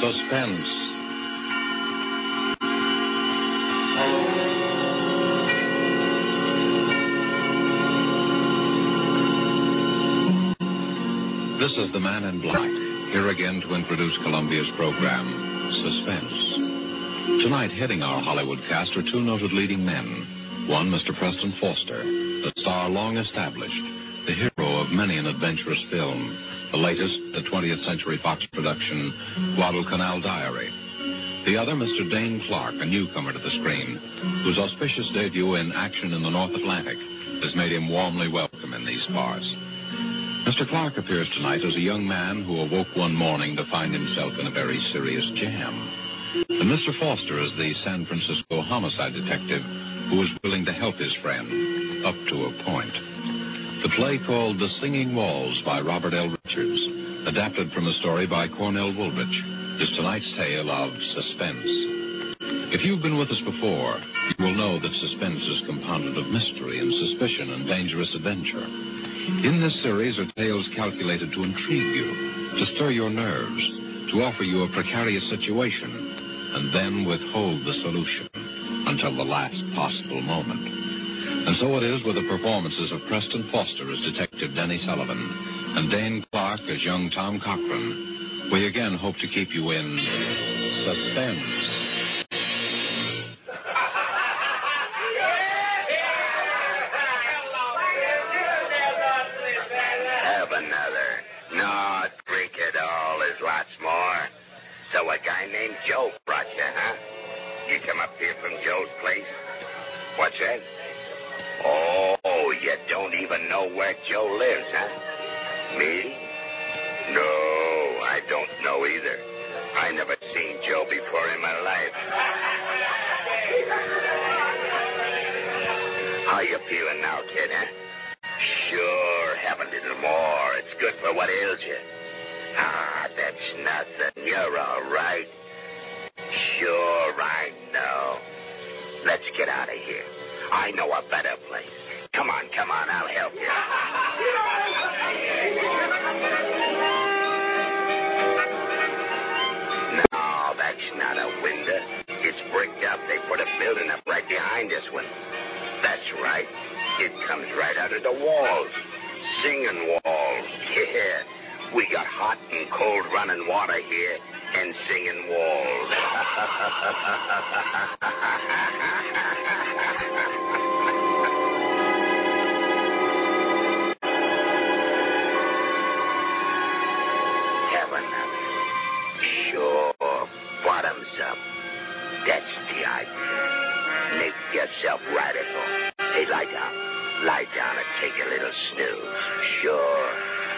Suspense. This is the man in black, here again to introduce Columbia's program, Suspense. Tonight, heading our Hollywood cast are two noted leading men. One, Mr. Preston Foster, the star long established, the hero of many an adventurous film, the latest, the 20th Century Fox production, Guadalcanal Diary. The other, Mr. Dane Clark, a newcomer to the screen, whose auspicious debut in action in the North Atlantic has made him warmly welcome in these parts. Mr. Clark appears tonight as a young man who awoke one morning to find himself in a very serious jam. And Mr. Foster is the San Francisco homicide detective who is willing to help his friend up to a point. The play called The Singing Walls by Robert L. Richards, adapted from a story by Cornell Woolrich, is tonight's tale of suspense. If you've been with us before, you will know that suspense is compounded of mystery and suspicion and dangerous adventure. In this series are tales calculated to intrigue you, to stir your nerves, to offer you a precarious situation, and then withhold the solution until the last possible moment. And so it is with the performances of Preston Foster as Detective Denny Sullivan and Dane Clark as young Tom Cochran. We again hope to keep you in suspense. Have another. No, drink it all. There's lots more. So a guy named Joe brought you, huh? You come up here from Joe's place? What's that? Oh, you don't even know where Joe lives, huh? Me? No, I don't know either. I never seen Joe before in my life. How you feeling now, kid, huh? Sure, have a little more. It's good for what ails you. Ah, that's nothing. You're all right. Sure, I know. Let's get out of here. I know a better place. Come on, come on, I'll help you. No, that's not a window. It's bricked up. They put a building up right behind this one. That's right. It comes right out of the walls. Singing walls. Yeah. We got hot and cold running water here and singing walls. Have another. Sure, bottoms up. That's the idea. Make yourself radical. Hey, lie down. Lie down and take a little snooze. Sure,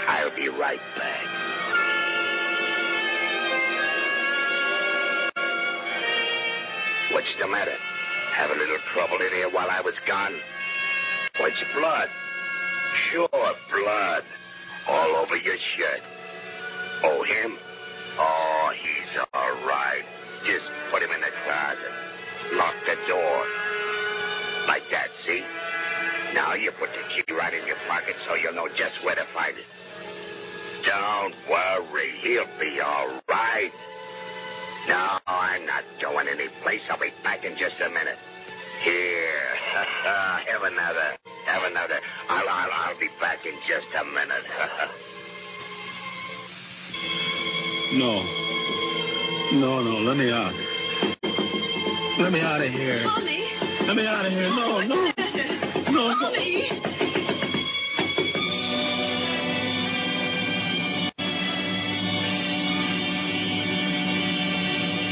I'll be right back. What's the matter? Have a little trouble in here while I was gone? What's blood? Sure, blood. All over your shirt. Oh, him? Oh, he's all right. Just put him in the closet. Lock the door. Like that, see? Now you put the key right in your pocket so you'll know just where to find it. Don't worry. He'll be all right. No, I'm not going anyplace. I'll be back in just a minute. Here. Have another. Have another. I'll, I'll, I'll be back in just a minute. No. No, no. Let me out. Let me out of here. Mommy. Let me out of here. No, no. No, no. Mommy.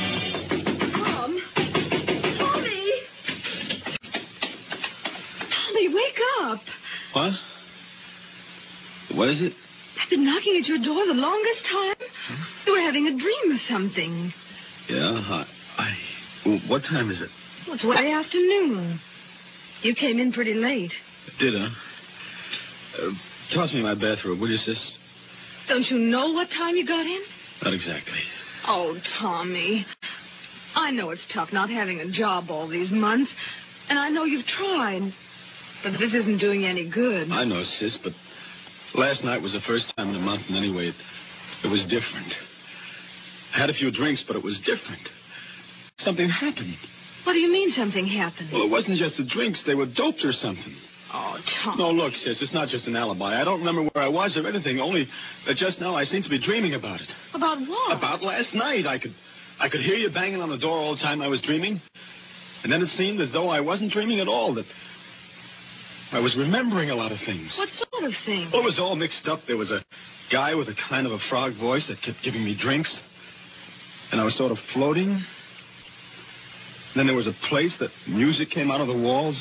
Tom. Tommy. Tommy, wake up. What? What is it? I've been knocking at your door the longest time. You were having a dream of something. Yeah, I. I well, what time is it? Well, it's way afternoon. You came in pretty late. Dinner. Uh, toss me my bathrobe, will you, sis? Don't you know what time you got in? Not exactly. Oh, Tommy. I know it's tough not having a job all these months, and I know you've tried. But this isn't doing you any good. I know, sis, but last night was the first time in a month, and anyway, it, it was different. I had a few drinks, but it was different. Something happened. What do you mean something happened? Well, it wasn't just the drinks, they were doped or something. Oh, Tom. No, look, sis, it's not just an alibi. I don't remember where I was or anything, only that just now I seem to be dreaming about it. About what? About last night. I could I could hear you banging on the door all the time I was dreaming. And then it seemed as though I wasn't dreaming at all, that I was remembering a lot of things. What sort of thing? Well, it was all mixed up. There was a guy with a kind of a frog voice that kept giving me drinks. And I was sort of floating. Then there was a place that music came out of the walls.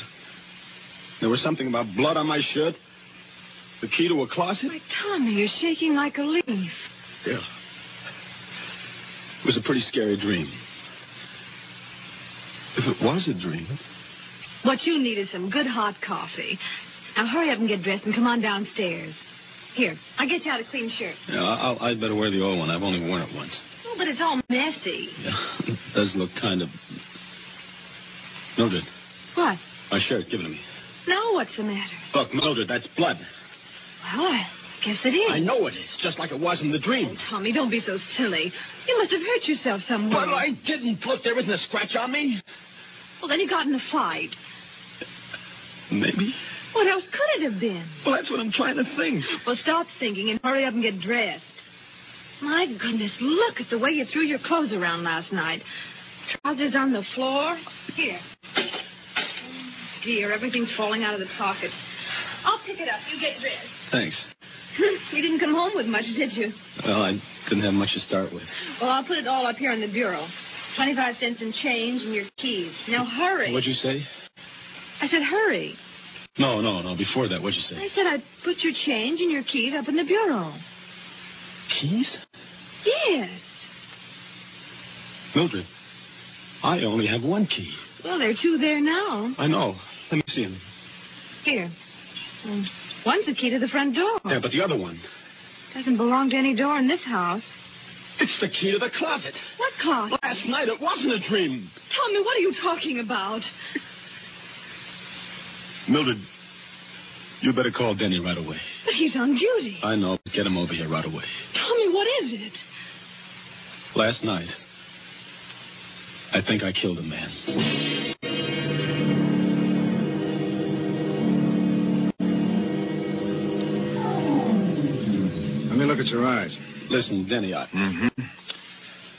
There was something about blood on my shirt. The key to a closet. My Tommy, you're shaking like a leaf. Yeah. It was a pretty scary dream. If it was a dream. What you need is some good hot coffee. Now hurry up and get dressed and come on downstairs. Here, I'll get you out a clean shirt. Yeah, I'll, I'd better wear the old one. I've only worn it once. Oh, but it's all messy. Yeah, it does look kind of. Mildred, What? my shirt, give it to me. Now what's the matter? Look, Mildred, that's blood. Well, I guess it is. I know it is, just like it was in the dream. Tommy, don't be so silly. You must have hurt yourself somewhere. But I didn't. Look, there isn't a scratch on me. Well, then you got in a fight. Maybe. What else could it have been? Well, that's what I'm trying to think. Well, stop thinking and hurry up and get dressed. My goodness, look at the way you threw your clothes around last night. Trousers on the floor. Here. Oh, Dear, everything's falling out of the pockets. I'll pick it up. You get dressed. Thanks. you didn't come home with much, did you? Well, I didn't have much to start with. Well, I'll put it all up here on the bureau. Twenty-five cents in change and your keys. Now hurry. What'd you say? I said hurry. No, no, no. Before that, what'd you I say? said I'd put your change and your keys up in the bureau. Keys? Yes. Mildred, I only have one key. Well, there are two there now. I know. Let me see him. Here. Mm. One's the key to the front door. Yeah, but the other one. Doesn't belong to any door in this house. It's the key to the closet. What clock? Last night it wasn't a dream. Tommy, what are you talking about? Mildred, you better call Denny right away. But he's on duty. I know. but Get him over here right away. Tommy, what is it? Last night, I think I killed a man. Let me look at your eyes. Listen, Denny, I.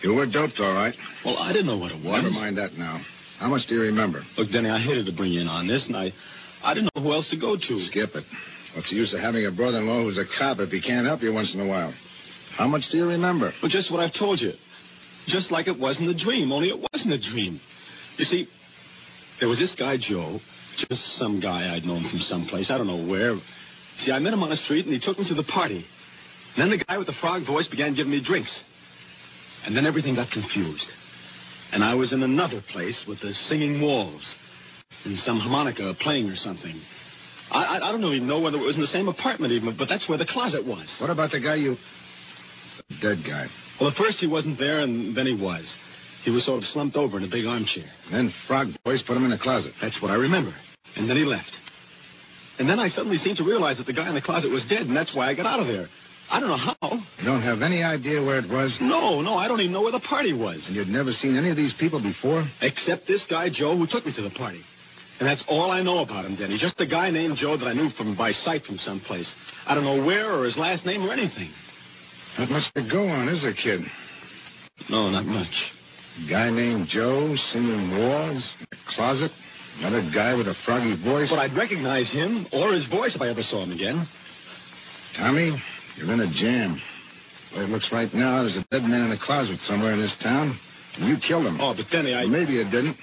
You were doped, all right. Well, I didn't know what it was. Never mind that now. How much do you remember? Look, Denny, I hated to bring you in on this, and I, I didn't know who else to go to. Skip it. What's the use of having a brother-in-law who's a cop if he can't help you once in a while? How much do you remember? Well, just what I've told you. Just like it was in the dream, only it wasn't a dream. You see, there was this guy, Joe, just some guy I'd known from someplace. I don't know where. See, I met him on the street, and he took me to the party. And then the guy with the frog voice began giving me drinks. And then everything got confused. And I was in another place with the singing walls and some harmonica playing or something. I, I, I don't even know whether it was in the same apartment, even, but that's where the closet was. What about the guy you... The dead guy. Well, at first he wasn't there, and then he was. He was sort of slumped over in a big armchair. Then Frog Boys put him in a closet. That's what I remember. And then he left. And then I suddenly seemed to realize that the guy in the closet was dead, and that's why I got out of there. I don't know how. You don't have any idea where it was? No, no, I don't even know where the party was. And you'd never seen any of these people before? Except this guy, Joe, who took me to the party. And that's all I know about him, Denny. Just a guy named Joe that I knew from by sight from someplace. I don't know where or his last name or anything. Not much to go on, is there, kid? No, not much. Guy named Joe, singing walls, a closet, another guy with a froggy voice. But I'd recognize him or his voice if I ever saw him again. Tommy, you're in a jam. The way it looks right now, there's a dead man in a closet somewhere in this town. And you killed him. Oh, but Denny, I. Well, Maybe you didn't.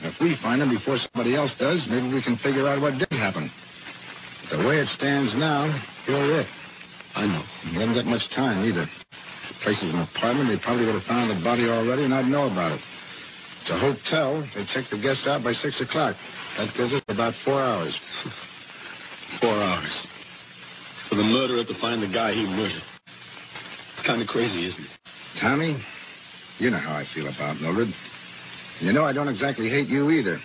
And if we find him before somebody else does, maybe we can figure out what did happen. But the way it stands now, you're it. I know. We haven't got much time either. The place is an apartment. They probably would have found the body already, and I'd know about it. It's a hotel. They check the guests out by six o'clock. That gives us about four hours. Four hours. For the murderer to find the guy he murdered. It's kind of crazy, isn't it? Tommy, you know how I feel about Mildred. And you know I don't exactly hate you either.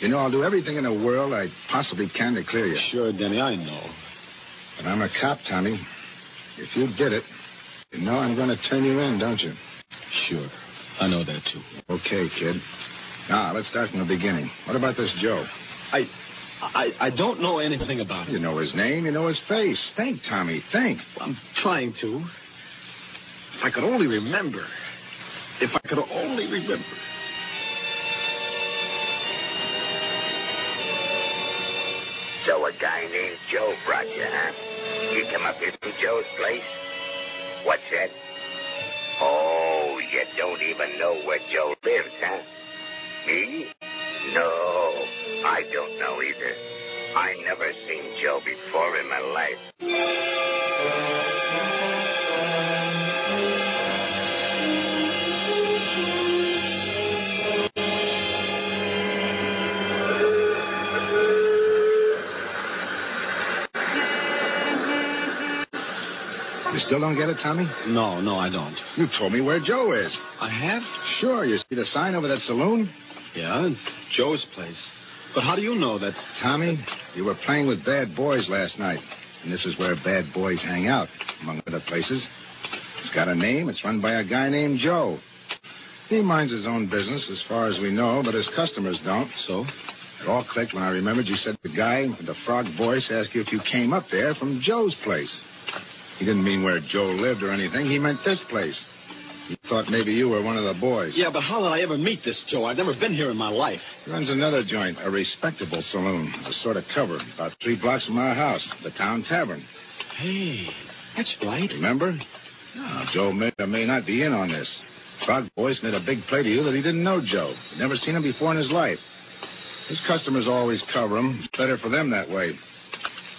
You know I'll do everything in the world I possibly can to clear you. Sure, Denny, I know. But I'm a cop, Tommy. If you did it, you know I'm going to turn you in, don't you? Sure. I know that, too. Okay, kid. Now, let's start from the beginning. What about this Joe? I, I, I don't know anything about it. You know his name, you know his face. Think, Tommy, think. I'm trying to. If I could only remember. If I could only remember. So a guy named Joe brought you, huh? You come up here from Joe's place? What's that? Oh, you don't even know where Joe lives, huh? Me? No, I don't know either. I never seen Joe before in my life. You still don't get it, Tommy? No, no, I don't. You told me where Joe is. I have? Sure, you see the sign over that saloon? Yeah, it's Joe's place. But how do you know that? Tommy, you were playing with bad boys last night. And this is where bad boys hang out, among other places. It's got a name. It's run by a guy named Joe. He minds his own business, as far as we know, but his customers don't. So? It all clicked when I remembered you said the guy with the frog voice asked you if you came up there from Joe's place. He didn't mean where Joe lived or anything. He meant this place. He thought maybe you were one of the boys. Yeah, but how did I ever meet this Joe? I've never been here in my life. Runs another joint, a respectable saloon, a sort of cover, about three blocks from our house, the town tavern. Hey, that's right. Remember? Now, Joe may or may not be in on this. Frog Voice made a big play to you that he didn't know Joe. He'd never seen him before in his life. His customers always cover him. It's better for them that way.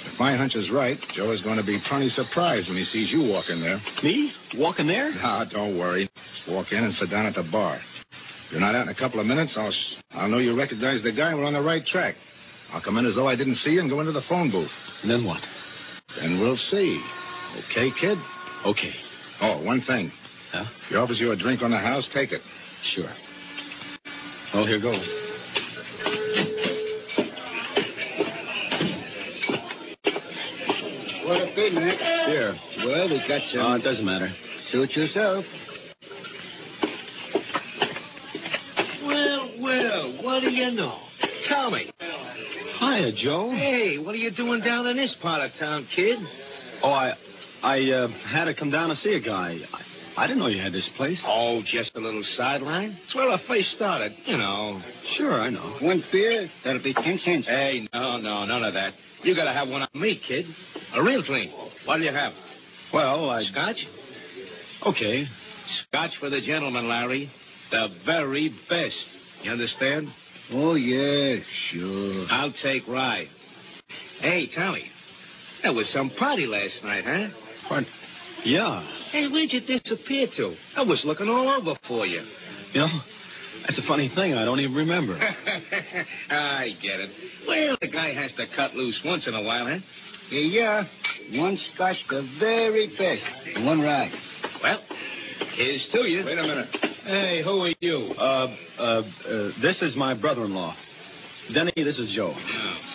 If my hunch is right, Joe is going to be plenty surprised when he sees you walk in there. Me? Walking there? Ah, don't worry. Just walk in and sit down at the bar. If you're not out in a couple of minutes, I'll, sh- I'll know you recognize the guy. We're on the right track. I'll come in as though I didn't see you and go into the phone booth. And then what? Then we'll see. Okay, kid? Okay. Oh, one thing. Huh? If he offers you a drink on the house, take it. Sure. Well, here goes. What a big Nick. Here. Well, we got some. Oh, it doesn't matter. Suit yourself. Well, well, what do you know? Tell me. Hiya, Joe. Hey, what are you doing down in this part of town, kid? Oh, I, I uh, had to come down to see a guy. I, I didn't know you had this place. Oh, just a little sideline. It's where the face started, you know. Sure, I know. One beer, that'll be ten cents. Hey, no, no, none of that. You gotta have one on me, kid. A real thing. What do you have? Well, I. Scotch? Okay. Scotch for the gentleman, Larry. The very best. You understand? Oh, yeah, sure. I'll take rye. Hey, Tommy. That was some party last night, huh? What? Yeah. Hey, where'd you disappear to? I was looking all over for you. You know, that's a funny thing. I don't even remember. I get it. Well, the guy has to cut loose once in a while, huh? Yeah, one scotch, the very best. and One rye. Well, here's to you. Wait a minute. Hey, who are you? uh, uh, uh, this is my brother-in-law. Denny, this is Joe.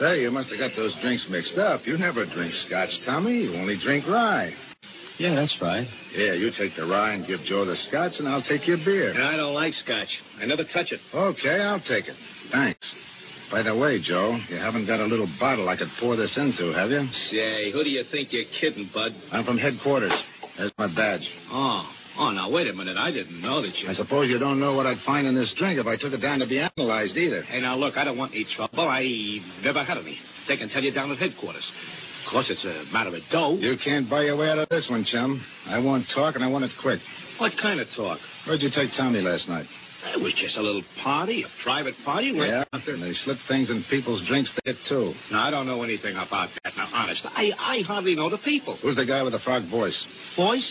Say, you must have got those drinks mixed up. You never drink scotch, Tommy. You only drink rye. Yeah, that's right. Yeah, you take the rye and give Joe the scotch, and I'll take your beer. I don't like scotch. I never touch it. Okay, I'll take it. Thanks. By the way, Joe, you haven't got a little bottle I could pour this into, have you? Say, who do you think you're kidding, bud? I'm from headquarters. There's my badge. Oh, oh, now wait a minute. I didn't know that you. I suppose you don't know what I'd find in this drink if I took it down to be analyzed either. Hey, now look, I don't want any trouble. I never had any. They can tell you down at headquarters. Of course, it's a matter of dough. You can't buy your way out of this one, chum. I want talk, and I want it quick. What kind of talk? Where'd you take Tommy last night? It was just a little party, a private party. Went Yeah, out there. and they slip things in people's drinks to get too. Now, I don't know anything about that. Now, honest, I, I hardly know the people. Who's the guy with the frog voice? Boys?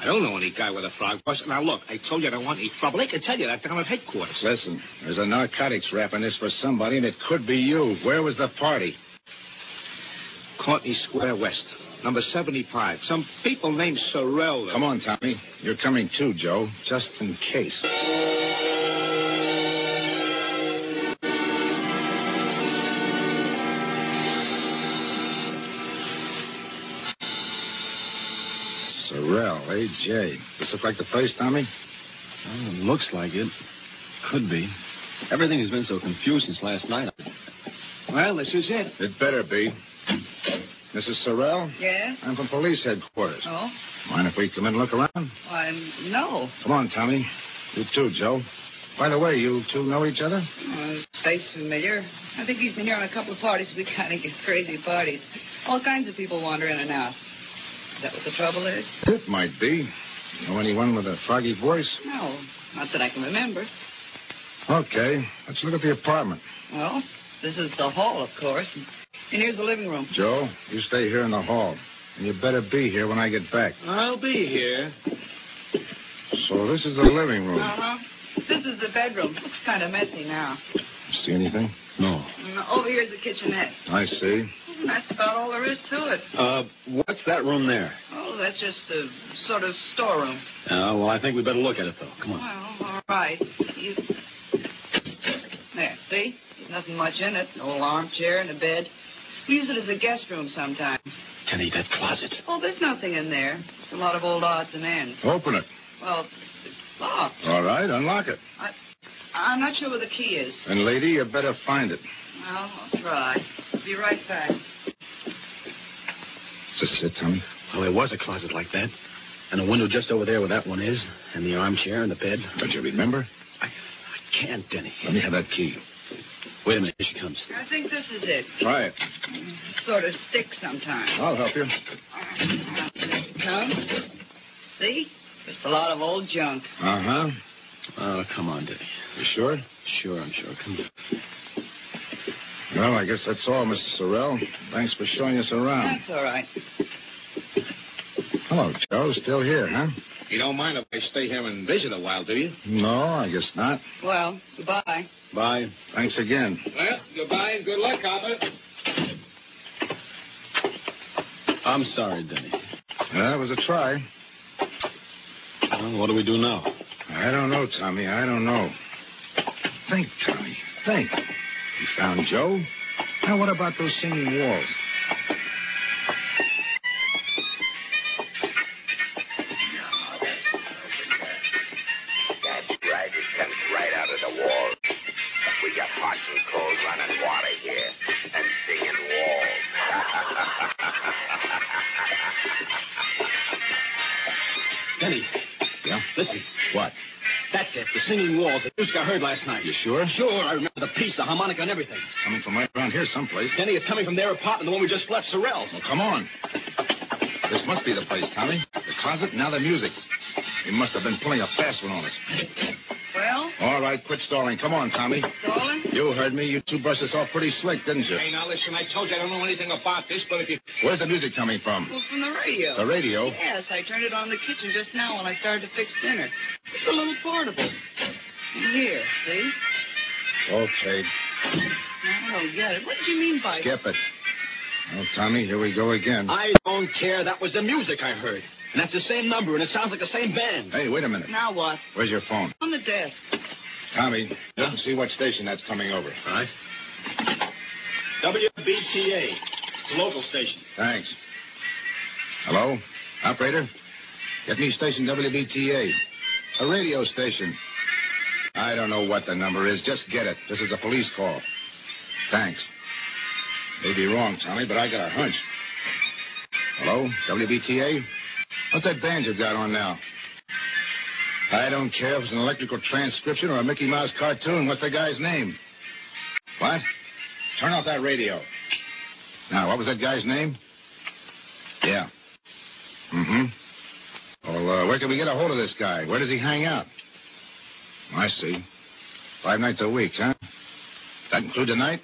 I don't know any guy with a frog voice. Now, look, I told you I don't want any trouble. They can tell you that down at headquarters. Listen, there's a narcotics rap in this for somebody, and it could be you. Where was the party? Courtney Square West, number 75. Some people named Sorrell. Come on, Tommy. You're coming too, Joe, just in case. Sorrell, AJ. This look like the place, Tommy? Well, it looks like it. Could be. Everything has been so confused since last night. Well, this is it. It better be. Mrs. Sorrell? Yes? I'm from police headquarters. Oh? Mind if we come in and look around? Why, no. Come on, Tommy. You too, Joe. By the way, you two know each other? Oh, his face familiar. I think he's been here on a couple of parties. We kind of get crazy parties. All kinds of people wander in and out. Is that what the trouble is? It might be. Know anyone with a froggy voice? No, not that I can remember. Okay, let's look at the apartment. Well, this is the hall, of course. And here's the living room. Joe, you stay here in the hall. And you better be here when I get back. I'll be here. So this is the living room. Uh-huh. This is the bedroom. Looks kind of messy now. See anything? No. And over here's the kitchenette. I see. And that's about all there is to it. Uh, what's that room there? Oh, that's just a sort of storeroom. Uh, well, I think we better look at it, though. Come on. Well, all right. You... There, see? There's nothing much in it. An old armchair and a bed. We use it as a guest room sometimes. Kenny, that closet. Oh, there's nothing in there. It's a lot of old odds and ends. Open it. Well, it's locked. All right, unlock it. I, I'm not sure where the key is. And, lady, you better find it. Well, I'll try. Be right back. Just sit, Tommy. Well, there was a closet like that. And a window just over there where that one is. And the armchair and the bed. Don't you remember? I, I can't, Denny. Let me have that key. Wait a minute. Here she comes. I think this is it. Try it. Sort of sticks sometimes. I'll help you. Come. See? Just a lot of old junk. Uh huh. Oh, come on, Denny. You sure? Sure, I'm sure. Come on. Well, I guess that's all, Mr. Sorrell. Thanks for showing us around. That's all right. Hello, Joe. Still here, huh? You don't mind if I stay here and visit a while, do you? No, I guess not. Well, goodbye. Bye. Thanks again. Well, goodbye and good luck, Albert. I'm sorry, Denny. That was a try. Well, what do we do now? I don't know, Tommy. I don't know. Think, Tommy. Think. You found Joe? Now, what about those singing walls? That's right. It comes right out of the wall. We got hot and cold running water here and singing walls. Denny, Yeah? listen. What? That's it. The singing walls that Yuska heard last night. You sure? Sure, I remember the piece, the harmonica, and everything. Coming from right around here someplace. Denny, it's coming from their apartment, the one we just left, Sorrell's. Well, come on. This must be the place, Tommy. The closet, now the music. He must have been pulling a fast one on us. Well, All right, quit stalling. Come on, Tommy. darling. You heard me. You two brushed us off pretty slick, didn't you? Hey, now listen, I told you I don't know anything about this, but if you. Where's the music coming from? Well, from the radio. The radio? Yes, I turned it on in the kitchen just now when I started to fix dinner. It's a little portable. And Here, see? Okay, I don't get it. What did you mean by skip it. Well, Tommy, here we go again. I don't care. That was the music I heard. And that's the same number, and it sounds like the same band. Hey, wait a minute. Now what? Where's your phone? On the desk. Tommy, look and see what station that's coming over. All right. WBTA, the local station. Thanks. Hello? Operator? Get me station WBTA. A radio station. I don't know what the number is. Just get it. This is a police call. Thanks. May be wrong, Tommy, but I got a hunch. Hello? WBTA? What's that band you've got on now? I don't care if it's an electrical transcription or a Mickey Mouse cartoon. What's the guy's name? What? Turn off that radio. Now, what was that guy's name? Yeah. Mm-hmm. Well, uh, where can we get a hold of this guy? Where does he hang out? I see. Five nights a week, huh? That include tonight?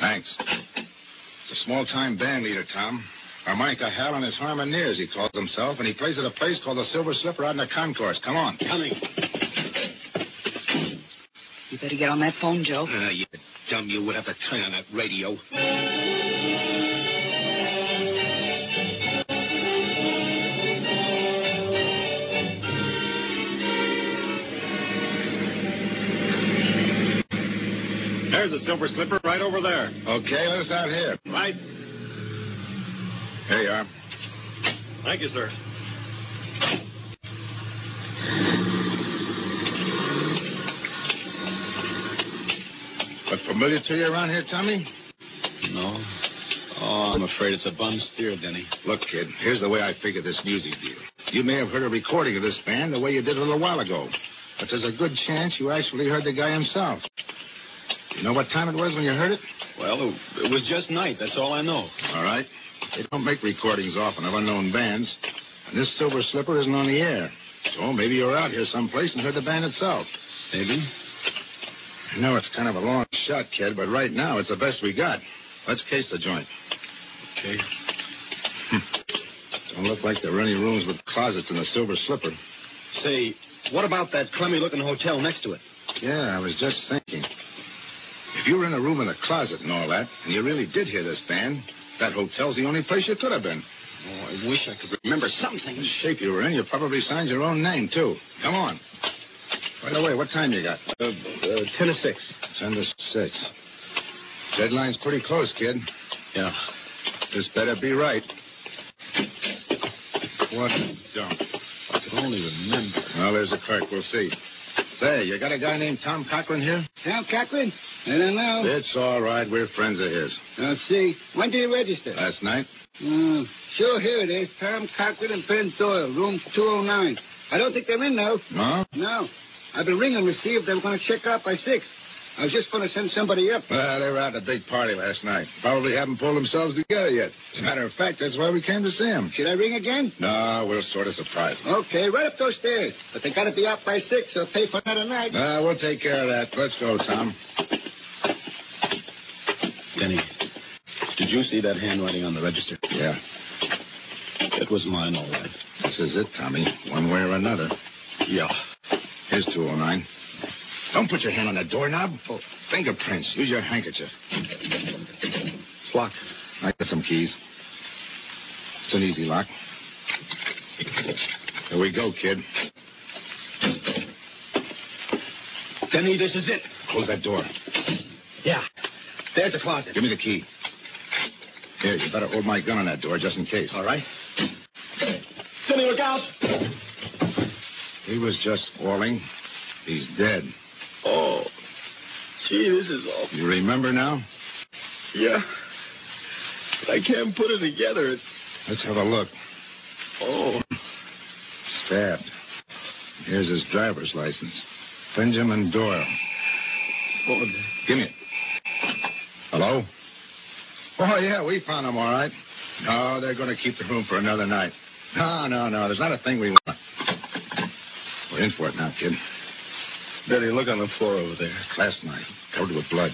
Thanks. It's a small time band leader, Tom. Harmonica Hal and his harmoneers, he calls himself, and he plays at a place called the Silver Slipper out in the concourse. Come on. Coming. You better get on that phone, Joe. Ah, you dumb. You would have to turn on that radio. There's a silver slipper right over there. Okay, let us out here. Right. Here you are. Thank you, sir. But familiar to you around here, Tommy? No. Oh, I'm afraid it's a bum steer, Denny. Look, kid, here's the way I figure this music deal. You may have heard a recording of this band the way you did a little while ago, but there's a good chance you actually heard the guy himself. You know what time it was when you heard it? Well, it, it was just night. That's all I know. All right. They don't make recordings often of unknown bands, and this Silver Slipper isn't on the air. So maybe you're out here someplace and heard the band itself. Maybe. I know it's kind of a long shot, kid, but right now it's the best we got. Let's case the joint. Okay. Don't look like there are any rooms with closets in the Silver Slipper. Say, what about that crummy-looking hotel next to it? Yeah, I was just thinking. If you were in a room with a closet and all that, and you really did hear this band, that hotel's the only place you could have been. Oh, I wish I could remember The something. shape you were in, you probably signed your own name, too. Come on. By the way, what time you got? Uh, uh, ten to six. Ten to six. Deadline's pretty close, kid. Yeah. This better be right. What a dump. I could only remember. Well, there's the clerk. We'll see. Say, you got a guy named Tom Cochran here? Now, Cochran, I don't know. It's all right. We're friends of his. Let's see. When do you register? Last night? Mm, sure, here it is. Tom Cochran and Ben Doyle, room 209. I don't think they're in, though. No? No. I've been ringing to see if they were going to check out by 6. I was just going to send somebody up. Well, they were out at a big party last night. Probably haven't pulled themselves together yet. As a matter of fact, that's why we came to see him. Should I ring again? No, we'll sort of surprise them. Okay, right up those stairs. But they got to be out by 6 or pay for another night. Uh, we'll take care of that. Let's go, Tom. Denny, did you see that handwriting on the register? Yeah, It was mine, all right. this is it, Tommy. One way or another. Yeah. Here's 209. Don't put your hand on that doorknob. Oh, fingerprints. Use your handkerchief. It's locked. I got some keys. It's an easy lock. Here we go, kid. Denny, this is it. Close that door. Yeah. There's the closet. Give me the key. Here, you better hold my gun on that door just in case. All right. Denny, look out. He was just falling. He's dead. Oh. Gee, this is awful. You remember now? Yeah. But I can't put it together. It's... Let's have a look. Oh. Stabbed. Here's his driver's license. Benjamin Doyle. oh. Give me it. Hello? Oh, yeah, we found him, all right. No, they're going to keep the room for another night. No, no, no. There's not a thing we want. We're in for it now, kid. Denny, look on the floor over there. Last night, covered with blood.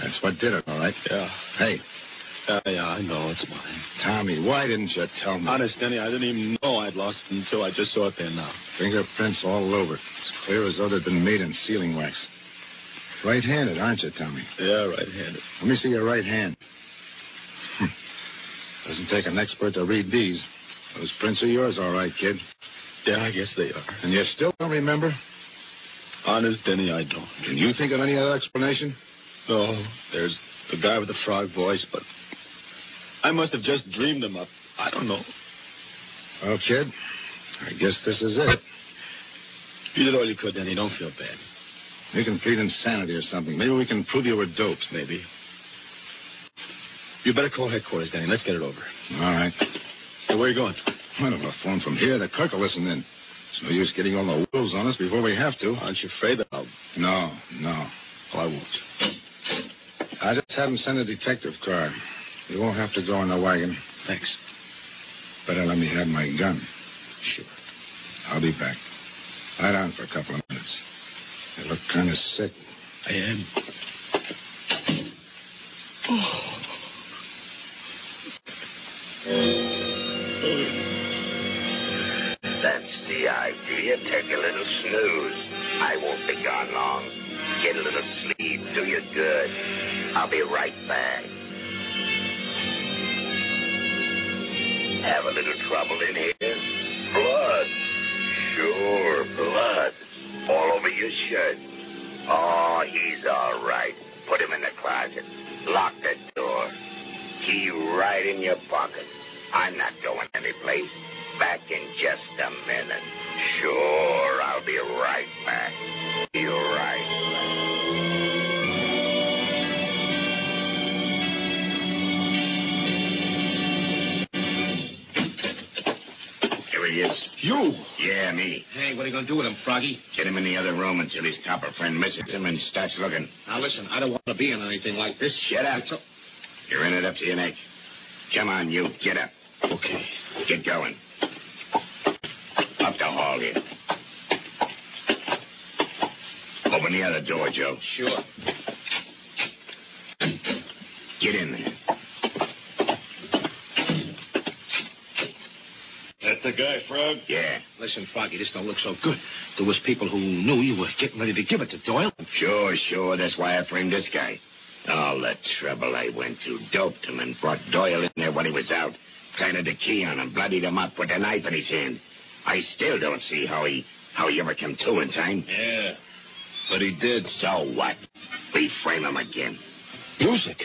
That's what did it, all right? Yeah. Hey, Yeah, yeah, I know. It's mine. Tommy, why didn't you tell me? Honest, Denny, I didn't even know I'd lost it until I just saw it there now. Fingerprints all over. It's clear as though they'd been made in sealing wax. Right handed, aren't you, Tommy? Yeah, right-handed. Let me see your right hand. Hmm. Doesn't take an expert to read these. Those prints are yours, all right, kid. Yeah, I guess they are. And you still don't remember? Honest, Denny, I don't. Can you think of any other explanation? No, Oh, there's the guy with the frog voice, but I must have just dreamed him up. I don't know. Well, kid, I guess this is it. You did all you could, Denny. Don't feel bad. You can plead insanity or something. Maybe we can prove you were dopes. Maybe. You better call headquarters, Denny. Let's get it over. All right. So where are you going? I don't know. Phone from here. The clerk will listen in. It's no use getting all the wolves on us before we have to. Aren't you afraid that I'll... No, no. Oh, I won't. I just have him send a detective car. You won't have to go in the wagon. Thanks. Better uh, let me have my gun. Sure. I'll be back. Lie down for a couple of minutes. You look kind of sick. I am. That's the idea. Take a little snooze. I won't be gone long. Get a little sleep. Do you good. I'll be right back. Have a little trouble in here. Blood. Sure, blood. All over your shirt. Oh, he's all right. Put him in the closet. Lock the door. Key right in your pocket. I'm not going anyplace. Back in just a minute. Sure, I'll be right back. Be right back. Here he is. You! Yeah, me. Hey, what are you going to do with him, Froggy? Get him in the other room until his copper friend misses him and starts looking. Now, listen, I don't want to be in anything like this. Shut up. You're in it up to your neck. Come on, you. Get up. Okay. Get going. Up the hall here. Open the other door, Joe. Sure. Get in there. That the guy, Frog? Yeah. Listen, Froggy, this don't look so good. There was people who knew you were getting ready to give it to Doyle. Sure, sure. That's why I framed this guy. All the trouble I went to. Doped him and brought Doyle in there when he was out. Planted the key on him, bloodied him up, with a knife in his hand. I still don't see how he how he ever came to in time. Yeah. But he did. So what? We frame him again. Music.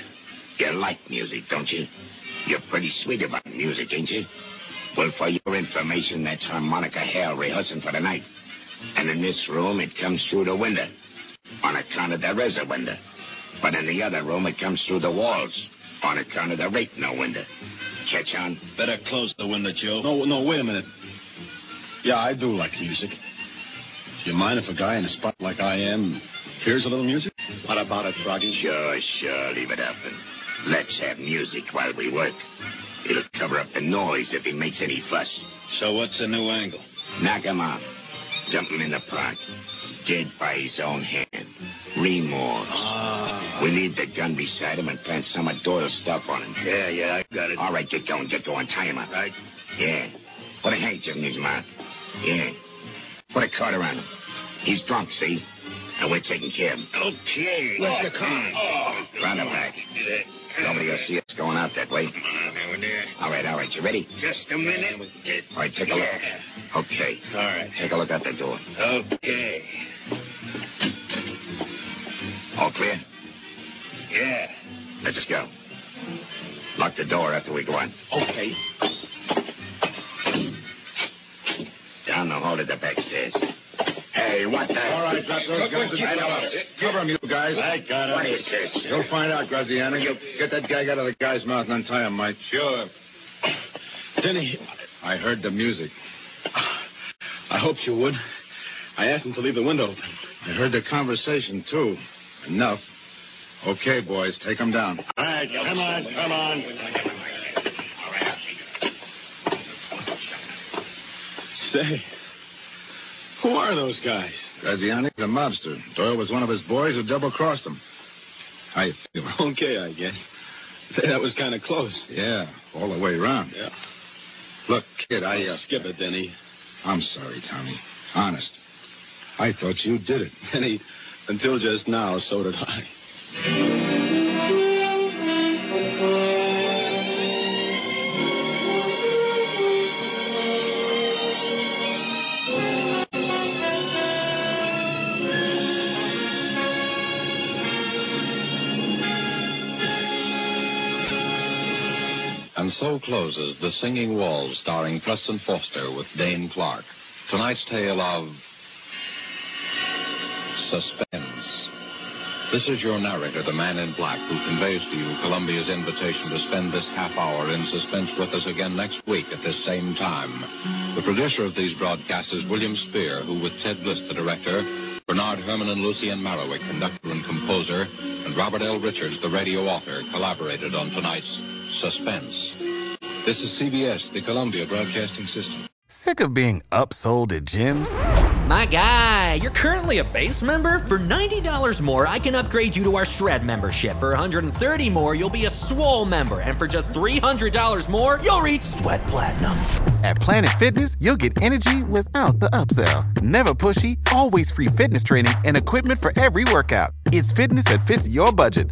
You like music, don't you? You're pretty sweet about music, ain't you? Well, for your information, that's harmonica hell rehearsing for the night. And in this room, it comes through the window. On account of there is a window. But in the other room, it comes through the walls. On account of there ain't no window. Catch on? Better close the window, Joe. No, no, wait a minute. Yeah, I do like music. Do you mind if a guy in a spot like I am hears a little music? What about it, Froggy? Sure, sure, leave it open. Let's have music while we work. It'll cover up the noise if he makes any fuss. So what's the new angle? Knock him out. Dump him in the park. Dead by his own hand. Remorse. Ah. We need the gun beside him and plant some of Doyle's stuff on him. Yeah, yeah, I got it. All right, get going, get going. Tie him up. Right. Yeah. Put a handkerchief in his mouth. Yeah. Put a card around him. He's drunk, see? And we're taking care of him. Okay. Oh. Where's the car? Round him back. Nobody will see us going out that way. All right, all right. You ready? Just a minute. All right, take a look. Okay. All right. Take a look out the door. Okay. All clear? Yeah. Let's just go. Lock the door after we go in. Okay. Down the hall to the back stairs. Hey, what the? All right, drop those Look guns. and what you cover got. 'em. Cover him, you guys. I got What him. is this? You'll find out, Graziani. Get that gag out of the guy's mouth and untie him, Mike. Sure. Denny, I heard the music. I hoped you would. I asked him to leave the window open. I heard the conversation, too. Enough. Okay, boys, take him down. All right, come on, come on. Say, who are those guys? Graziani's a mobster. Doyle was one of his boys who double-crossed him. How you feel? Okay, I guess. Say, that was kind of close. Yeah, all the way around. Yeah. Look, kid, I... Oh, Uh, skip it, Denny. I'm sorry, Tommy. Honest. I thought you did it. Denny, until just now, so did I. And so closes The Singing Walls, starring Preston Foster with Dane Clark. Tonight's tale of suspense. This is your narrator, the man in black, who conveys to you Columbia's invitation to spend this half hour in suspense with us again next week at this same time. The producer of these broadcasts is William Spear, who, with Ted Bliss, the director, Bernard Herman and Lucien Marowick, conductor and composer, and Robert L. Richards, the radio author, collaborated on tonight's Suspense. This is CBS, the Columbia Broadcasting System. Sick of being upsold at gyms? My guy, you're currently a base member. For $90 more, I can upgrade you to our Shred membership. For $130 more, you'll be a Swole member. And for just $300 more, you'll reach Sweat Platinum. At Planet Fitness, you'll get energy without the upsell. Never pushy, always free fitness training and equipment for every workout. It's fitness that fits your budget.